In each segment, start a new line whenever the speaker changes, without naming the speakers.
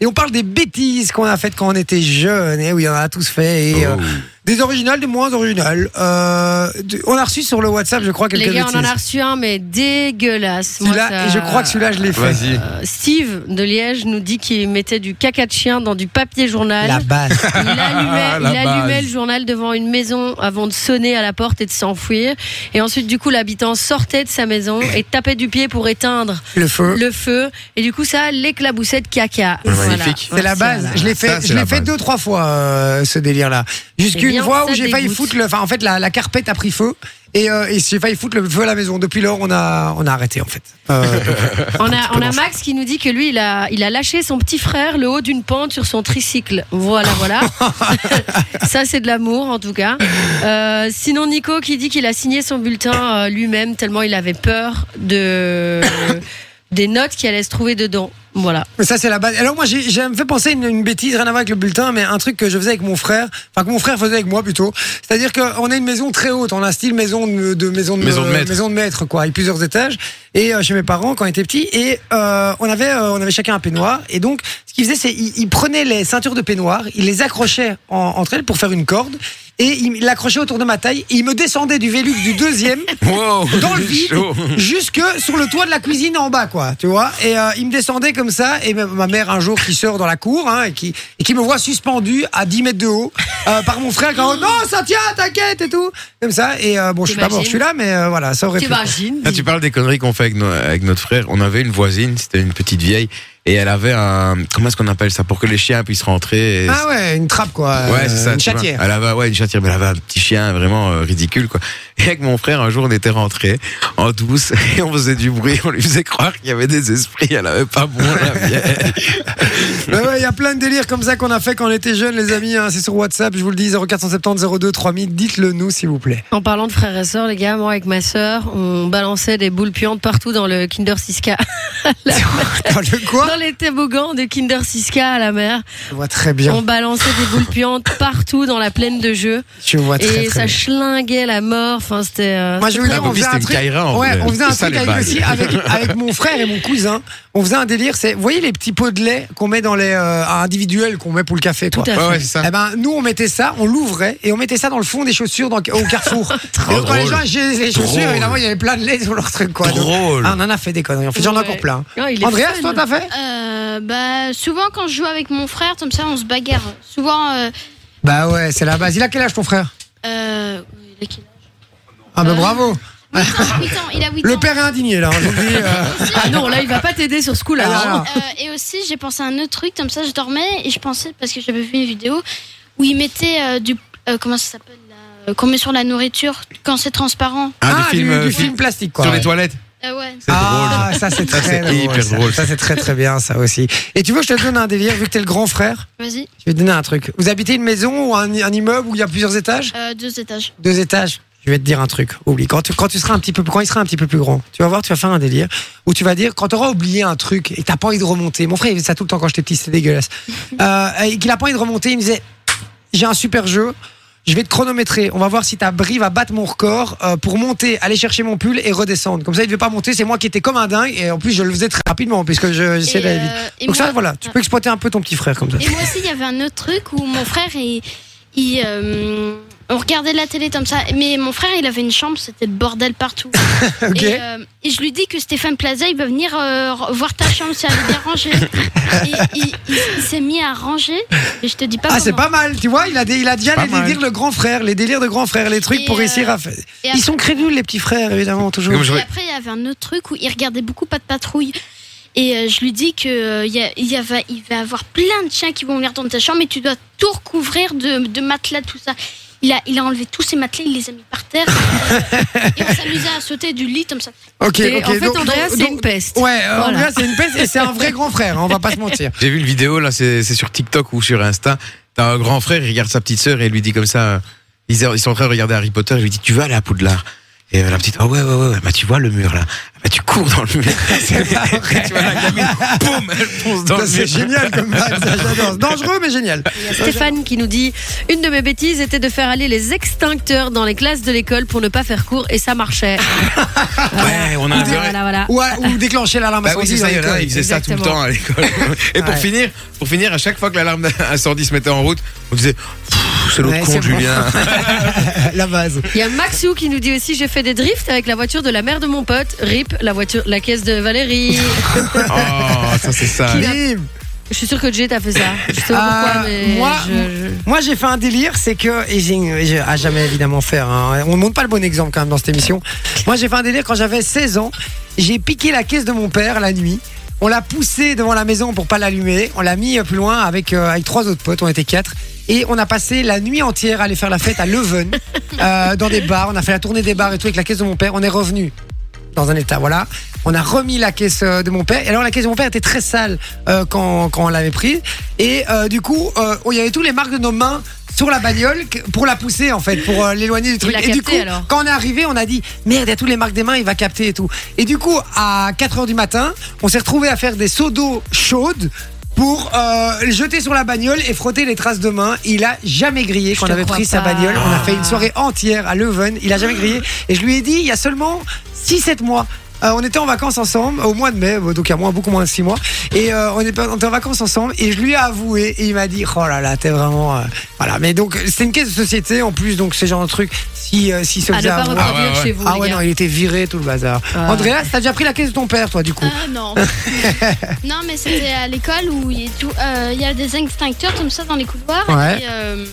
Et on parle des bêtises qu'on a faites quand on était jeune. Et oui, on en a tous fait. Et, euh,
Oh.
des originales, des moins originales. Euh, de- on a reçu sur le WhatsApp, je crois, quelques
Les gars, on en a
bêtises.
reçu un, mais dégueulasse. Moi,
Celui-là,
ça-
et je crois que celui-là, je l'ai fait.
Vas-y.
Euh, Steve de Liège nous dit qu'il mettait du caca de chien dans du papier journal.
La base.
Il allumait,
La
il allumait
base.
le journal devant une maison avant de sonner à la porte et de s'enfuir. Et ensuite, du coup, l'habitant sortait de sa maison et tapait du pied pour éteindre
le feu.
le feu. Et du coup, ça l'éclaboussait de caca.
Magnifique.
C'est la base.
Voilà.
Je l'ai
Ça,
fait,
c'est
je l'ai
la
fait
base.
deux, trois fois, euh, ce délire-là.
Eh
Jusqu'une
bien,
fois
ça
où j'ai failli
dégoûte.
foutre le, enfin, en fait, la, la carpette a pris feu. Et, euh, et j'ai failli foutre le feu à la maison. Depuis lors, on a, on a arrêté, en fait. Euh,
On a, on a Max qui nous dit que lui, il a, il a lâché son petit frère le haut d'une pente sur son tricycle. Voilà, voilà. Ça, c'est de l'amour, en tout cas. Euh, sinon, Nico qui dit qu'il a signé son bulletin euh, lui-même tellement il avait peur de, des notes qui allaient se trouver dedans. Voilà.
Mais ça, c'est la base. Alors, moi, j'ai, j'ai- me fait penser une, une bêtise, rien à voir avec le bulletin, mais un truc que je faisais avec mon frère, enfin, que mon frère faisait avec moi plutôt. C'est-à-dire qu'on a une maison très haute, on a un style maison de, de- maison de,
Maison de maître.
maison de maître, quoi, avec plusieurs étages. Et euh, chez mes parents, quand on était petits, et euh, on, avait, euh, on avait chacun un peignoir. Et donc, ce qu'il faisait, c'est il, il prenait les ceintures de peignoir, il les accrochait en- entre elles pour faire une corde, et il l'accrochait autour de ma taille, et il me descendait du Vélux du deuxième
Wow,
dans le vide
chaud.
jusque sur le toit de la cuisine en bas quoi tu vois et euh, il me descendait comme ça et ma, ma mère un jour qui sort dans la cour hein, et qui et qui me voit suspendu à 10 mètres de haut euh, par mon frère qui est en mode, non ça tient t'inquiète et tout comme ça et euh, bon je suis pas mort je suis là mais euh, voilà ça aurait pu
T'imagines
Là, Ah, tu parles des conneries qu'on fait avec, no- avec notre frère. On avait une voisine, c'était une petite vieille, et elle avait un. Comment est-ce qu'on appelle ça Pour que les chiens puissent rentrer. et-
ah ouais une trappe quoi euh,
Ouais, c'est ça.
une
tu vois.
chatière
Elle avait, ouais, une chatière, mais elle avait un petit chien vraiment euh, ridicule, quoi. Et avec mon frère, un jour, on était rentrés en douce et on faisait du bruit, on lui faisait croire qu'il y avait des esprits, elle avait pas bon la vieille.
Ouais, ouais, Il y a plein de délires comme ça qu'on a fait quand on était jeunes, les amis. hein. c'est sur WhatsApp, je vous le dis, 0470 02 3000. Dites-le nous, s'il vous plaît.
En parlant de frères et sœurs, les gars, moi avec ma sœur, on balançait des boules puantes partout dans le Kinder Siska,
Dans le quoi
dans les toboggans de Kinder Siska à la mer.
Je vois très bien.
On balançait des boules puantes partout dans la plaine de jeu.
Je vois très,
et
très bien.
ça chlinguait la mort. Enfin, c'était. euh,
Moi, je vais vous
Ah,
dire,
bah,
on faisait
c'était
un
une
truc.
caïra, en
ouais,
vrai.
on faisait un
C'est ça,
truc
les
avec,
bagues.
aussi avec, avec mon frère et mon cousin. On faisait un délire, c'est, vous voyez les petits pots de lait qu'on met dans les euh, individuels qu'on met pour le café, quoi.
Tout à fait.
Ouais, ouais, c'est ça.
Eh ben, nous, on mettait ça, on l'ouvrait et on mettait ça dans le fond des chaussures dans- au carrefour. et donc, quand les
drôle.
gens achetaient les chaussures,
Drôle.
évidemment, il y avait plein de lait sur leur truc, quoi. Donc,
Drôle.
ah, on en a fait des conneries. En fait, j'en ai
Ouais.
encore plein.
Non, il est
Andreas,
fun.
toi, t'as fait
Euh, bah, souvent quand je joue avec mon frère, comme ça, on se bagarre. Souvent, euh,
Bah ouais, c'est la base. Il a quel âge, ton frère
euh, il a quel
Ah, bah
Euh,
bravo.
âge Huit ans, huit ans, il a 8
Le
ans.
père est indigné, là. hein, je vous le dis, euh.
Ah non, là, il va pas t'aider sur ce coup-là.
Ah,
hein.
non, non.
Euh, et aussi, j'ai pensé à un autre truc, comme ça, je dormais et je pensais, parce que j'avais vu une vidéo où il mettait euh, du. euh, comment ça s'appelle là, euh, Qu'on met sur la nourriture quand c'est transparent.
Ah,
Ah,
du film, euh,
film plastique, quoi.
sur les
ouais.
toilettes.
Euh, ouais.
C'est
ah,
drôle.
ça c'est
Ça,
très
c'est hyper
ça.
drôle,
Ça, c'est très très bien, ça aussi. Et tu veux que je te donne un délire, vu que t'es le grand frère
Vas-y,
Je vais te donner un truc. Vous habitez une maison ou un, un immeuble où il y a plusieurs étages
euh, deux étages.
Deux étages. Je vais te dire un truc. Oublie. Quand tu, quand tu seras un petit peu, quand il sera un petit peu plus grand, tu vas voir, tu vas faire un délire où tu vas dire, quand t'auras oublié un truc et que t'as pas envie de remonter. Mon frère, il faisait ça tout le temps quand j'étais petit, c'était dégueulasse. Euh, et qu'il a pas envie de remonter, il me disait, j'ai un super jeu. Je vais te chronométrer. On va voir si ta brie va battre mon record euh, pour monter, aller chercher mon pull et redescendre. Comme ça, il devait pas monter. C'est moi qui étais comme un dingue et en plus, je le faisais très rapidement puisque je- j'essayais
Et,
d'aller vite.
euh, et
Donc
moi-
ça, voilà, tu peux exploiter un peu ton petit frère comme ça.
Et moi aussi, il y avait un autre truc où mon frère, il, il, euh, on regardait la télé comme ça. Mais mon frère, il avait une chambre, c'était le bordel partout.
Ok.
Et, euh, et je lui dis que Stéphane Plaza, il va venir euh, re- voir ta chambre si elle est bien rangée. Et il, il- il s'est mis à ranger. Et je te dis pas
Ah, c'est
comment.
pas mal, tu vois, il a, des, il a déjà
Pas
les
mal.
délires de grand frère, les délires de grand frère, les trucs
Et
pour
euh,
essayer à faire.
et
Ils
après-
sont crédules, les petits frères, évidemment, toujours.
Comme je-
Et après, il y avait un autre truc où il regardait beaucoup pas de patrouille. Et euh, je lui dis que euh, il y a- il y avait- il va y avoir plein de chiens qui vont venir dans ta chambre et tu dois tout recouvrir de, de matelas, tout ça. Il a, il a enlevé tous ses matelas, il les a mis par terre. et on s'amusait à sauter du lit comme ça.
Ok,
Et
ok.
en fait,
donc-
Andreas,
donc-
c'est une peste.
Ouais, euh,
Voilà.
Andreas, c'est une peste et c'est un vrai grand frère, hein, on va pas se mentir.
J'ai vu une vidéo, là, c'est c'est sur TikTok ou sur Insta. T'as un grand frère, il regarde sa petite sœur et il lui dit comme ça. euh, Ils, ils sont en train de regarder Harry Potter, il lui dit Tu vas aller à Poudlard Et euh, la petite, ah ouais, ouais, ouais, ouais, bah tu vois le mur là. Bah tu cours dans le mur. tu vois la gamine, boum, elle fonce dans
Ça,
le mur.
C'est génial comme blague, ça, j'adore. Dangereux, mais génial.
Il y a Stéphane qui nous dit Une de mes bêtises était de faire aller les extincteurs dans les classes de l'école pour ne pas faire cours et ça marchait.
Ouais, on a un Ah,
voilà,
vrai-
voilà, voilà.
Ou, à- ou déclencher l'alarme
Bah oui, c'est
incendie dans
ça, il y en a,
l'école.
ils faisaient ça tout le
Exactement.
temps à l'école. Et pour
Ouais.
finir, pour finir, à chaque fois que l'alarme incendie se mettait en route, on disait, Pfff, c'est l'autre
Ouais,
con,
c'est bon.
Julien.
La base.
Il y a Maxou qui nous dit aussi J'ai fait des drifts avec la voiture de la mère de mon pote, RIP, la, voiture, la caisse de Valérie.
oh, ça, c'est ça.
Qui-
Bim.
je suis sûre que Jay t'a fait ça. Je sais
Ah,
pas pourquoi, mais.
moi,
je- je-
Moi, j'ai fait un délire, c'est que, et j'ai- j'ai- à jamais évidemment faire, hein. on ne montre pas le bon exemple quand même dans cette émission. Moi, j'ai fait un délire quand j'avais 16 ans, j'ai piqué la caisse de mon père la nuit. On l'a poussé devant la maison pour pas l'allumer. On l'a mis euh, plus loin avec, euh, avec trois autres potes, on était quatre. Et on a passé la nuit entière à aller faire la fête à Leuven, euh, dans des bars. On a fait la tournée des bars et tout avec la caisse de mon père. On est revenu dans un état, voilà. On a remis la caisse euh, de mon père. Et alors, la caisse de mon père était très sale euh, quand, quand on l'avait prise. Et euh, du coup, euh, il y avait tous les marques de nos mains sur la bagnole que- pour la pousser, en fait, pour euh, l'éloigner du truc.
l'a
Et du coup,
capté, alors
quand on est arrivé, on a dit merde, il y a toutes les marques des mains, il va capter et tout. Et du coup, à 4 h du matin, on s'est retrouvé à faire des seaux d'eau chaude pour euh, le jeter sur la bagnole et frotter les traces de main. Il a jamais grillé
Je
quand on
te
avait
crois
pris sa
pas.
bagnole. On a fait une
Ah.
soirée entière à Leuven. Il a jamais grillé. Et je lui ai dit, il y a seulement 6-7 mois. euh, on était en vacances ensemble au mois de mai, euh, donc à moins, beaucoup moins de 6 mois. Et euh, on, est, on était en vacances ensemble et je lui ai avoué et il m'a dit Oh là là, t'es vraiment. euh, voilà, mais donc c'est une caisse de société en plus, donc c'est genre de truc. Si, euh, si se
à ne
faisait
pas
avoir-
reproduire
Ah ouais, ouais.
chez vous.
ah
les
ouais,
gars.
non, il était viré, tout le bazar.
Ah.
Andreas, t'as déjà pris la caisse de ton père, toi, du coup
Ah non. non, mais c'était à l'école où il y, a tout- euh, il y a des extincteurs comme ça dans les couloirs.
Ouais.
et, euh,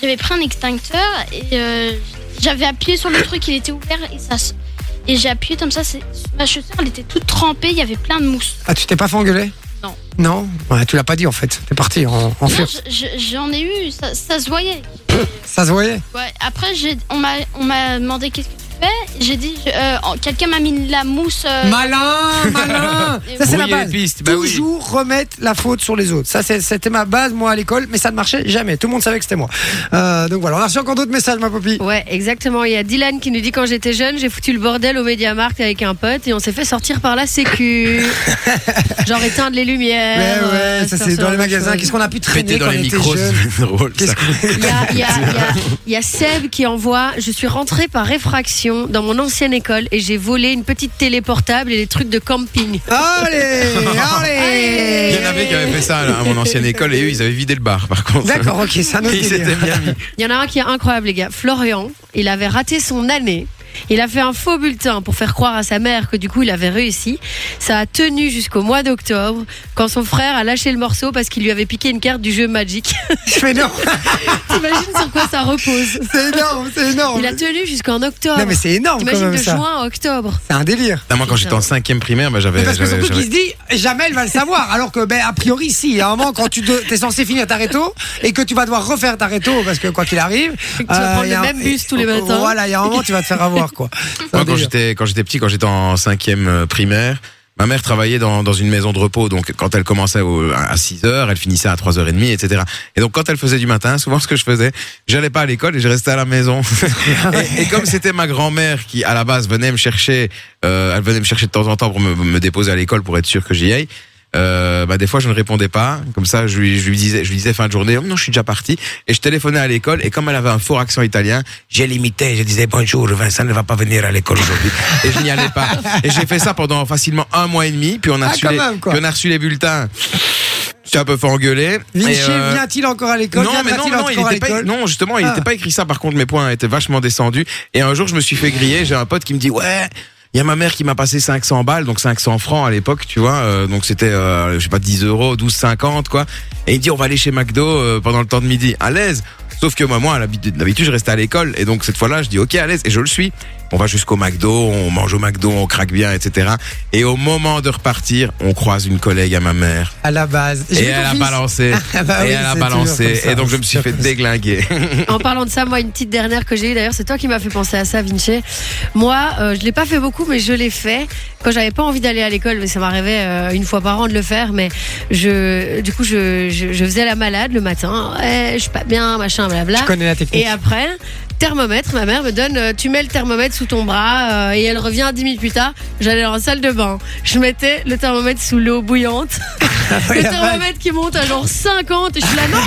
j'avais pris un extincteur et euh, j'avais appuyé sur le truc, il était ouvert et ça. s- Et j'ai appuyé comme ça, c'est- ma chaussure elle était toute trempée, il y avait plein de mousse.
Ah, tu t'es pas fait engueuler
Non.
Non Ouais, tu l'as pas dit en fait. T'es parti en, en
Non,
fureur.
je- je- j'en ai eu, ça, ça se voyait.
Ça se voyait
Ouais, Après, j'ai- on m'a on m'a demandé qu'est-ce que tu fais. J'ai dit, je- euh, en- quelqu'un m'a mis de la mousse. euh,
Malin, malin Ça, c'est la
Brouiller
base.
les pistes, bah oui.
Toujours remettre la faute sur les autres. Ça, c'est- c'était ma base, moi, à l'école, mais ça ne marchait jamais. Tout le monde savait que c'était moi. Euh, donc voilà, on a reçu encore d'autres messages, ma popie.
Ouais, exactement. Il y a Dylan qui nous dit quand j'étais jeune, j'ai foutu le bordel au Mediamarkt avec un pote et on s'est fait sortir par la sécu. Genre éteindre les lumières.
Ouais, ouais,
euh,
ça,
ce
c'est
genre
dans
de
les magasins.
choses.
Qu'est-ce qu'on a pu traîner
Péter dans
quand
les
on était
micros,
jeune
c'est drôle.
Qu'est-ce
ça.
Il y a, il y a- il y a- il y a Seb qui envoie Je suis rentré par réfraction dans mon ancienne école et j'ai volé une petite télé portable et des trucs de camping.
Allez,
Allez.
Il
allez
y en avait qui avaient fait ça là, à mon ancienne école et eux, ils avaient vidé le bar par contre.
D'accord, ok, ça nous
Ils s'étaient bien mis.
Il y en a un qui est incroyable, les gars. Florian, il avait raté son année. Il a fait un faux bulletin pour faire croire à sa mère que du coup il avait réussi. Ça a tenu jusqu'au mois d'octobre quand son frère a lâché le morceau parce qu'il lui avait piqué une carte du jeu Magic.
Mais non,
T'imagines sur quoi ça repose
c'est énorme, c'est énorme.
Il a tenu jusqu'en octobre.
Non, mais c'est énorme quand
T'imagines
même
de
ça.
juin à octobre.
C'est un délire.
Non, moi, quand j'étais en cinquième primaire, bah, j'avais.
Mais parce que
j'avais-
surtout qu'il
j'avais-
se dit jamais elle va le savoir alors que ben a priori si à un moment quand tu te- t'es censé finir ta réto et que tu vas devoir refaire ta réto parce que quoi qu'il arrive
Et que tu vas prendre
il y a
le
un-
même bus tous les
euh,
matins.
voilà il y a un moment tu vas te faire avoir quoi C'est un
Moi, quand
délire.
j'étais, quand j'étais petit, quand j'étais en cinquième euh, primaire, ma mère travaillait dans, dans une maison de repos. Donc, quand elle commençait au- à 6 heures, elle finissait à 3 h et demie, etc. Et donc, quand elle faisait du matin, souvent, ce que je faisais, j'allais pas à l'école et je restais à la maison.
Ah
et, et comme c'était ma grand-mère qui, à la base, venait me chercher, euh, elle venait me chercher de temps en temps pour me, me déposer à l'école pour être sûr que j'y aille. Euh, bah des fois je ne répondais pas comme ça je lui, je lui disais je lui disais fin de journée Oh non je suis déjà parti et je téléphonais à l'école et comme elle avait un fort accent italien j'ai limité je disais bonjour Vincent ne va pas venir à l'école aujourd'hui et je n'y allais pas et j'ai fait ça pendant facilement un mois et demi puis on a
Ah,
reçu
quand
les,
même, quoi.
puis on a reçu les bulletins j'étais un peu fait engueuler
Vinci
Et, euh,
vient-il encore à l'école
non, mais non,
Viendra-t-il
non, il
encore à
était pas,
l'école
non, justement, il
Ah.
n'était pas écrit ça. Par contre, mes points étaient vachement descendus. Et un jour, je me suis fait griller. J'ai un pote qui me dit, ouais. Il y a ma mère qui m'a passé 500 balles, donc 500 francs à l'époque, tu vois. euh, donc c'était, euh, je sais pas, 10 euros, 12, 50, quoi. Et il me dit, on va aller chez McDo euh, pendant le temps de midi, à l'aise. Sauf que moi, moi, à l'habitude, d'habitude, je restais à l'école. Et donc cette fois-là, je dis, ok, à l'aise. Et je le suis. On va jusqu'au McDo, on mange au McDo, on craque bien, etc. Et au moment de repartir, on croise une collègue à ma mère.
à la base J'ai
Et
vu ton
elle a
fils.
balancé.
Ah bah oui,
et elle a
c'est toujours
balancé.
comme ça.
Et donc je me suis
C'est
fait
comme ça.
déglinguer.
En parlant de ça, moi, une petite dernière que j'ai eue, d'ailleurs, c'est toi qui m'as fait penser à ça, Vinci. Moi, euh, je l'ai pas fait beaucoup, mais je l'ai fait quand j'avais pas envie d'aller à l'école, mais ça m'arrivait euh, une fois par an de le faire. Mais je, du coup, je, je, je faisais la malade le matin. Ouais, je suis pas bien, machin, blabla.
je connais la technique
Et après, thermomètre. Ma mère me donne, euh, tu mets le thermomètre sous ton bras euh, et elle revient 10 minutes plus tard. J'allais dans la salle de bain. Je mettais le thermomètre sous l'eau bouillante. le thermomètre qui monte à genre 50 et je suis là, non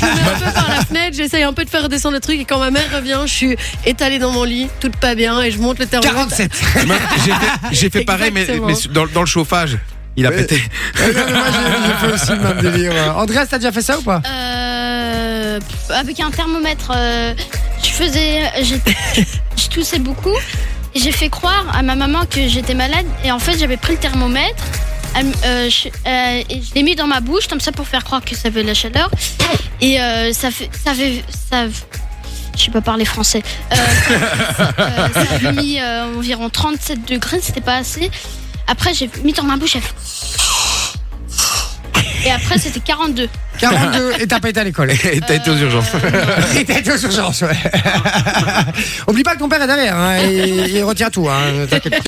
Je me mets un peu par la fenêtre, j'essaye un peu de faire redescendre le truc et quand ma mère revient, je suis étalée dans mon lit, toute pas bien et je monte le thermomètre.
47.
J'ai fait, j'ai fait pareil, mais,
Exactement.
mais dans, dans le chauffage. Il a
Oui.
pété.
Ouais, non, mais moi, j'ai j'ai fait aussi le même délire. ouais. Andreas, t'as déjà fait ça ou pas
Euh, pff, avec un thermomètre, euh, je faisais, j'ai- je toussais beaucoup. Et J'ai fait croire à ma maman que j'étais malade et en fait j'avais pris le thermomètre. elle m- euh, je, euh, et je l'ai mis dans ma bouche comme ça pour faire croire que ça avait la chaleur et euh, ça fait ça fait ça f- je sais pas parler français Euh, euh, ça avait mis euh, environ 37 degrés c'était pas assez après j'ai mis dans ma bouche elle fait- et après c'était 42
42 et t'as pas été à l'école.
Et T'as été aux urgences.
Et t'as été aux urgences, ouais. Oublie pas que ton père est derrière, hein, et il retient tout, hein, t'inquiète pas.